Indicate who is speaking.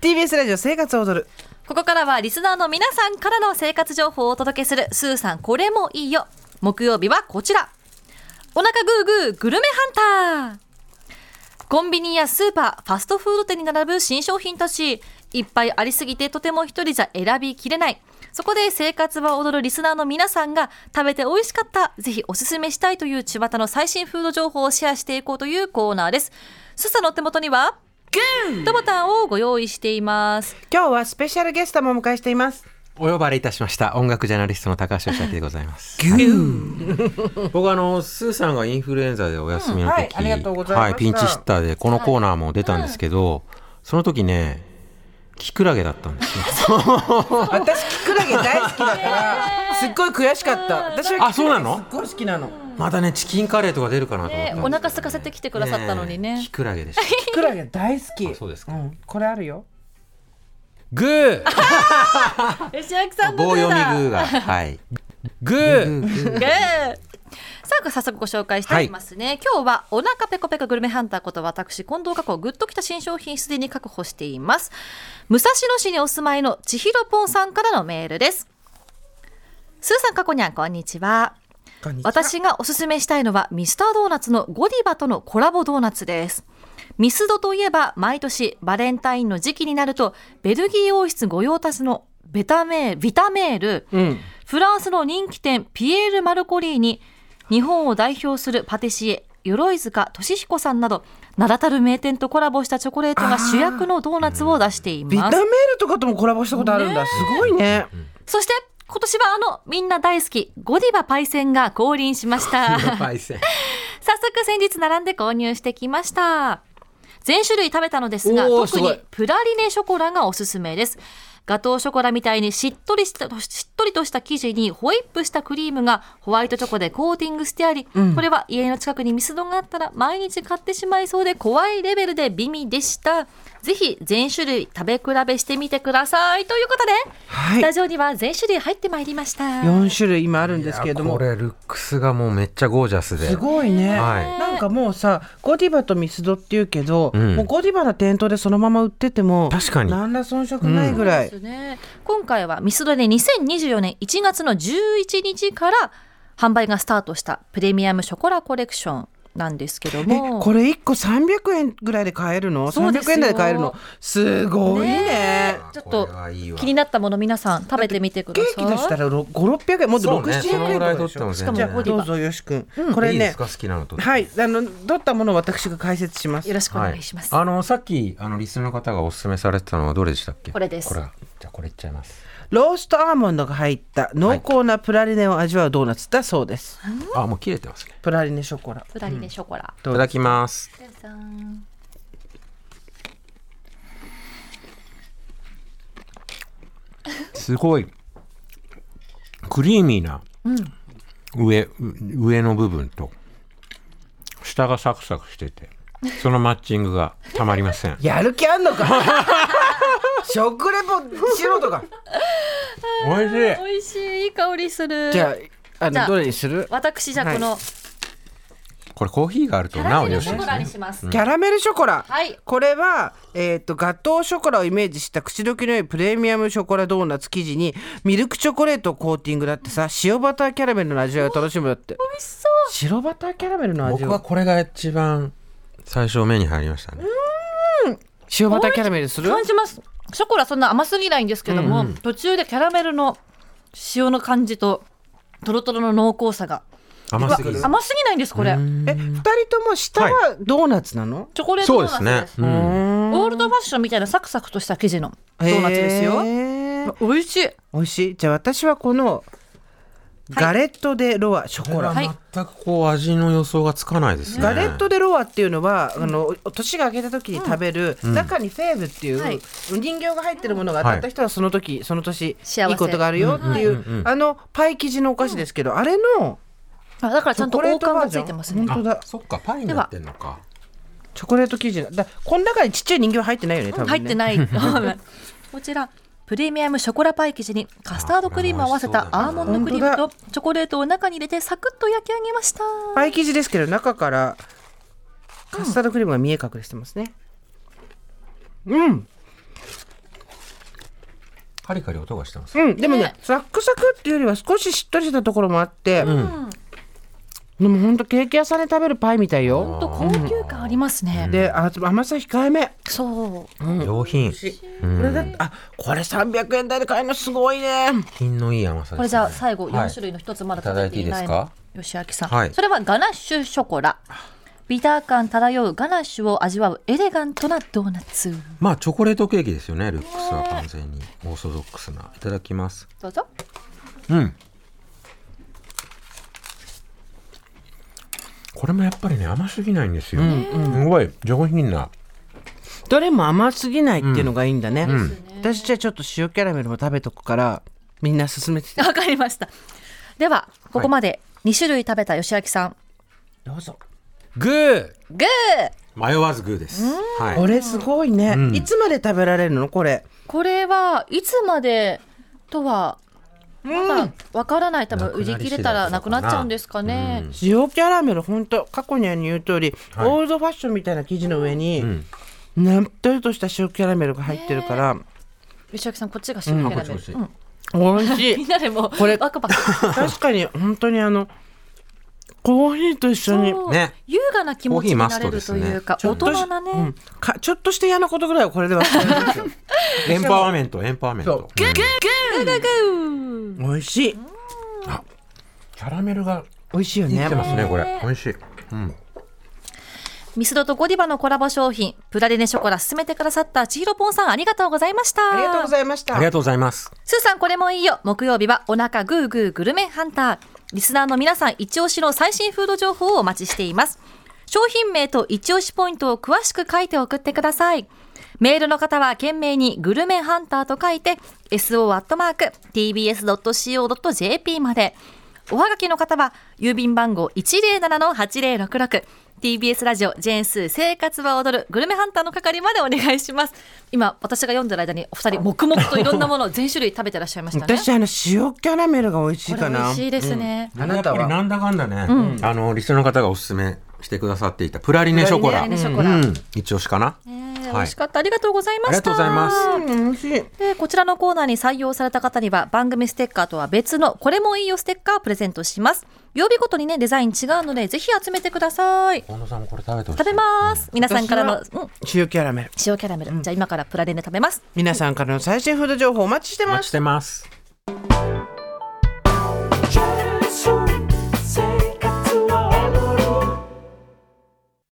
Speaker 1: TBS ラジオ生活を踊る
Speaker 2: ここからはリスナーの皆さんからの生活情報をお届けする、スーさんこれもいいよ。木曜日はこちら。お腹グーグーグルメハンター。コンビニやスーパー、ファストフード店に並ぶ新商品たち、いっぱいありすぎてとても一人じゃ選びきれない。そこで生活は踊るリスナーの皆さんが食べて美味しかった、ぜひおすすめしたいという巷の最新フード情報をシェアしていこうというコーナーです。スーさんのお手元には、グーとボタンをご用意しています。
Speaker 1: 今日はスペシャルゲストもお迎えしています
Speaker 3: お呼ばれいたしました音楽ジャーナリストの高橋義明でございます。
Speaker 1: ギュー
Speaker 3: 僕あのスーさんがインフルエンザでお休み
Speaker 1: う
Speaker 3: の
Speaker 1: んはい
Speaker 3: 時、
Speaker 1: ありがとうございました
Speaker 3: はいピンチヒッターでこのコーナーも出たんですけど、その時ねキクラゲだったんですよ。
Speaker 1: 私キクラゲ大好きだから すっごい悔しかった私は
Speaker 3: あそうなの
Speaker 1: キクラゲすっごい好きなの
Speaker 3: またねチキンカレーとか出るかなと思ったんですけど、
Speaker 2: ねお腹空かせてきてくださったのにね
Speaker 3: キクラゲでした。
Speaker 1: キクラゲ大好き
Speaker 3: あそうですか
Speaker 1: ん、これあるよ
Speaker 4: グー
Speaker 2: 吉明さんの
Speaker 3: 棒
Speaker 2: グ
Speaker 3: 読
Speaker 2: ー
Speaker 3: みグ
Speaker 2: だ
Speaker 3: ーがはい。
Speaker 4: グ
Speaker 3: グ
Speaker 4: ー
Speaker 3: ーグー
Speaker 2: グーさあ早速ご紹介していきますね、今日はお腹ペコペコグルメハンターこと私近藤佳子グッときた新商品すでに確保しています武蔵野市にお住まいの千尋ぽんさんからのメールですスーさん佳子にゃんこんにちは私がおすすめしたいのはミスタードーナツのゴディバとのコラボドーナツですミスドといえば毎年バレンタインの時期になるとベルギー王室御用達のベタメービタメール、フランスの人気店ピエール・マルコリーに日本を代表するパティシエ鎧塚俊彦さんなど名だたる名店とコラボしたチョコレートが主役のドーナツを出してい
Speaker 1: ビタ
Speaker 2: ま
Speaker 1: メー
Speaker 2: す
Speaker 1: ルとかともコラボしたことあるんだ、すごいね
Speaker 2: そして今年はあのみんな大好きゴディバパイセンが降臨しました
Speaker 3: パイセン
Speaker 2: 早速先日並んで購入してきました全種類食べたのですが
Speaker 4: おー
Speaker 2: 特
Speaker 4: すご
Speaker 2: に
Speaker 4: い
Speaker 2: プラリネショコラがおすすめですガトーショコラみたいにしっとりしたしっとりとした生地にホイップしたクリームがホワイトチョコでコーティングしてあり、これは家の近くにミスドがあったら毎日買ってしまいそうで怖いレベルで美味でしたぜひ全種類食べ比べしてみてくださいということで、
Speaker 1: は
Speaker 2: スタ
Speaker 1: い
Speaker 2: ジオには全種類入ってまいりました
Speaker 1: 四種類今あるんですけれども
Speaker 3: これルックスがもうめっちゃゴージャスで。
Speaker 1: すごいね、
Speaker 3: はい
Speaker 1: なんかもうさゴディバとミスドっていうけど、
Speaker 3: ん
Speaker 1: もうゴディバの店頭でそのまま売ってても
Speaker 3: 確かに
Speaker 1: 何ら遜色ないぐらい、
Speaker 2: そうですね。今回はミスドで2024年1月の11日から販売がスタートしたプレミアムショコラコレクションなんですけど
Speaker 1: え
Speaker 2: も。
Speaker 1: これ一個300円ぐらいで買えるの
Speaker 2: そうです
Speaker 1: 300
Speaker 2: よ
Speaker 1: 円台で買えるのすごいね
Speaker 2: ねちょっと
Speaker 3: これはいいわ
Speaker 2: 気になったもの皆さん食べてみてく
Speaker 1: ケ
Speaker 2: ださい。
Speaker 1: ーキ出したら5600円もっと
Speaker 3: そう
Speaker 1: 6
Speaker 3: ね
Speaker 1: 7 0 0円
Speaker 3: そのぐ
Speaker 1: と
Speaker 3: ら
Speaker 1: か
Speaker 3: い
Speaker 1: で
Speaker 3: 取っ
Speaker 1: してょ
Speaker 3: も
Speaker 2: し
Speaker 3: 全
Speaker 2: かも
Speaker 1: じ
Speaker 3: 然
Speaker 1: ゃあどうぞよし君、こ
Speaker 3: こ
Speaker 1: れ
Speaker 3: れねいいで
Speaker 1: ね
Speaker 3: すか好きなのと。
Speaker 1: はいあの取ったものを私が解説します
Speaker 2: よろしくお願いします。
Speaker 3: はい、あのさっきあのリスナーの方がおすすめされてたのはどれでしたっけ
Speaker 2: これです
Speaker 3: これじゃあこれいっちゃいます
Speaker 1: ローストアーモンドが入った濃厚なプラリネを味わうドーナツだそうです、
Speaker 3: あもう切れてますね
Speaker 1: プラリネショコラ
Speaker 2: プラリネショコラ。
Speaker 3: いただきます
Speaker 2: じゃじゃん
Speaker 3: すごいクリーミーな、上う上の部分と下がサクサクし ててそのマッチングがたまりません
Speaker 1: やる気あんのか 食レポしろとか
Speaker 3: おいしい
Speaker 2: 美味しいいい香りする。
Speaker 1: じゃああ
Speaker 2: じゃ
Speaker 1: の
Speaker 2: あ
Speaker 1: どれにする
Speaker 2: 私じゃあこのキ
Speaker 3: これコーヒーがあると
Speaker 2: ャ
Speaker 3: な
Speaker 2: ラ
Speaker 3: お
Speaker 2: メ
Speaker 3: よ
Speaker 2: ル
Speaker 3: し
Speaker 2: シ
Speaker 3: で
Speaker 2: ョコ
Speaker 3: す
Speaker 2: ラに
Speaker 3: ね
Speaker 2: します。
Speaker 1: キャラメルショコラ、
Speaker 2: はい
Speaker 1: これは、えー、とガトーショコラをイメージした口どけの良いプレミアムショコラドーナツ生地にミルクチョコレートをコーティングだってさ塩バターキャラメルの味わいを楽しむだって美味しそう白バターキャラメルの味
Speaker 3: 僕は
Speaker 1: を
Speaker 3: これが一番最初目に入りましたね
Speaker 1: 塩バターキャラメルする
Speaker 2: 感じます。ショコラそんな甘すぎないんですけども、途中でキャラメルの塩の感じとトロトロの濃厚さが
Speaker 3: 甘すぎず
Speaker 2: 甘すぎないんですこれ
Speaker 1: え2人とも下はドーナツなの、
Speaker 2: チョコレートドー
Speaker 3: そうで
Speaker 2: ナツ
Speaker 3: す
Speaker 2: です、
Speaker 3: ねうん
Speaker 2: オールドファッションみたいなサクサクとした生地のドーナツですよ、
Speaker 1: へー
Speaker 2: 美味しい
Speaker 1: 美味しいじゃあ私はこのガレット・デ・ロアショコ
Speaker 3: これ
Speaker 1: ラ、
Speaker 2: はい
Speaker 3: は全くこう味の予想がつかないですね
Speaker 1: ガレット・デ・ロワっていうのは、あの年が明けた時に食べる、中にフェーブっていう、
Speaker 2: はい
Speaker 1: お人形が入ってるものが当たった人はその時、その年
Speaker 2: 幸せ
Speaker 1: いいことがあるよっていう、あのパイ生地のお菓子ですけど、あれの
Speaker 2: あだからち
Speaker 1: チ
Speaker 2: ゃ
Speaker 1: ョ
Speaker 2: んと
Speaker 1: コレー
Speaker 2: 王
Speaker 1: ト
Speaker 2: 冠
Speaker 1: バ
Speaker 2: が
Speaker 1: ー
Speaker 2: つ
Speaker 1: ジョ
Speaker 2: い
Speaker 1: ン
Speaker 2: てますね
Speaker 1: 本当だ
Speaker 3: そっかパイになってんのか
Speaker 1: チョコレート生地のだこの中にちっちゃい人形入ってないよね多分ね
Speaker 2: 入ってない こちらプレミアムショコラパイ生地にカスタードクリームを合わせたアーモンドクリームとチョコレートを中に入れてサクッと焼き上げました
Speaker 1: パイ生地ですけど中からカスタードクリームが見え隠れしてますねうん、
Speaker 3: カリカリ音がしてます。
Speaker 1: うん、でもね
Speaker 2: ね
Speaker 1: サックサクっていうよりは少ししっとりしたところもあって、でもほんとケーキ屋さんで食べるパイみたいよ、
Speaker 2: と高級感ありますね。
Speaker 1: であ甘さ控えめ
Speaker 2: そう。
Speaker 3: 上品、
Speaker 1: これだってあこれ300円台で買えるのすごいね
Speaker 3: 品のいい甘さです、ね。
Speaker 2: これじゃあ最後
Speaker 3: はい
Speaker 2: 4種類の一つまだ
Speaker 3: いた
Speaker 2: 食
Speaker 3: だ
Speaker 2: べ
Speaker 3: い
Speaker 2: て
Speaker 3: ていい
Speaker 2: い
Speaker 3: で
Speaker 2: な
Speaker 3: す
Speaker 2: い
Speaker 3: か
Speaker 2: 吉明さん、
Speaker 3: はい
Speaker 2: それはガナッシュショコラビター感漂うガナッシュを味わうエレガントなドーナツ
Speaker 3: まあチョコレートケーキですよね。ルックスは完全にオーソドックスな。いただきます。
Speaker 2: どうぞ
Speaker 3: うん。これもやっぱりね甘すぎないんですよ。すごい上品な。
Speaker 1: どれも甘すぎないっていうのがいいんだね、私じゃあちょっと塩キャラメルも食べとくからみんな勧めて
Speaker 2: わかりましたではここまで2種類食べた吉明さん
Speaker 1: どうぞ
Speaker 4: グー
Speaker 2: グー
Speaker 3: 迷わずグーです。はい。
Speaker 1: これすごいね、いつまで食べられるのこれ
Speaker 2: これはいつまでとはまだわからない多分売り切れたらなくなっちゃうんですかね、
Speaker 1: 塩キャラメルほんと過去には言う通り、オールドファッションみたいな生地の上に、ねっとりとした塩キャラメルが入ってるから、
Speaker 2: 吉明さんこっちが塩キャラメル、
Speaker 3: こっち
Speaker 2: うん
Speaker 1: 美味しい
Speaker 2: みんなでも
Speaker 1: これ
Speaker 2: バクバク
Speaker 1: 確かに本当にあのコーヒーと一緒に
Speaker 2: そう
Speaker 3: ね
Speaker 2: 優雅な気持ちになれるというか、
Speaker 1: コー
Speaker 2: 大
Speaker 1: ヒーマストですね
Speaker 2: 人なね、
Speaker 1: うんかちょっとして嫌なことぐらいはこれでは
Speaker 3: エンパワーメントエンパワーメン
Speaker 1: そう
Speaker 3: ト。うん
Speaker 1: 美味しい
Speaker 3: キャラメルが
Speaker 1: 美味しいよね
Speaker 3: 出てますねこれ。美味しい。うん。
Speaker 2: ミスドとゴディバのコラボ商品プラデネショコラ勧めてくださった千尋ぽんさんありがとうございました
Speaker 1: ありがとうございました
Speaker 3: ありがとうございます。
Speaker 2: スーさんこれもいいよ木曜日はお腹グーグーグルメハンターリスナーの皆さん一押しの最新フード情報をお待ちしています商品名と一押しポイントを詳しく書いて送ってくださいメールの方は懸命にグルメハンターと書いて so.tbs.co.jp までおはがきの方は郵便番号 107-8066TBS ラジオジェーンスー生活は踊るグルメハンターの係までお願いします今私が読んでる間にお二人黙々といろんな ものを全種類食べてらっしゃいましたね
Speaker 1: 私あの塩キャラメルが美味しい
Speaker 2: こ
Speaker 1: か
Speaker 2: れ美
Speaker 1: な
Speaker 2: 味しいですね、
Speaker 1: あなた
Speaker 3: やっぱり
Speaker 1: は
Speaker 3: なんだかんだね、あのリスナーの方がおすすめしてくださっていたプラリネショコラ、
Speaker 2: プラリネショコラ
Speaker 3: うん、一押しかな、
Speaker 2: ねえ美
Speaker 3: はい
Speaker 2: 味しかったありがとうございました
Speaker 3: ありがとうございます
Speaker 1: うん美味しい
Speaker 2: でこちらのコーナーに採用された方には番組ステッカーとは別のこれもいいよステッカーをプレゼントします曜日ごとにねデザイン違うのでぜひ集めてください
Speaker 3: 近藤さんもこれ食べてほしい
Speaker 2: 食べます皆さんからの、うん
Speaker 1: 私、塩キャラメル
Speaker 2: 塩キャラメル、じゃあ今からプラレネ食べます
Speaker 1: 皆さんからの最新フード情報お待ちして
Speaker 3: お
Speaker 1: ま
Speaker 3: 待ちし
Speaker 1: す
Speaker 3: てます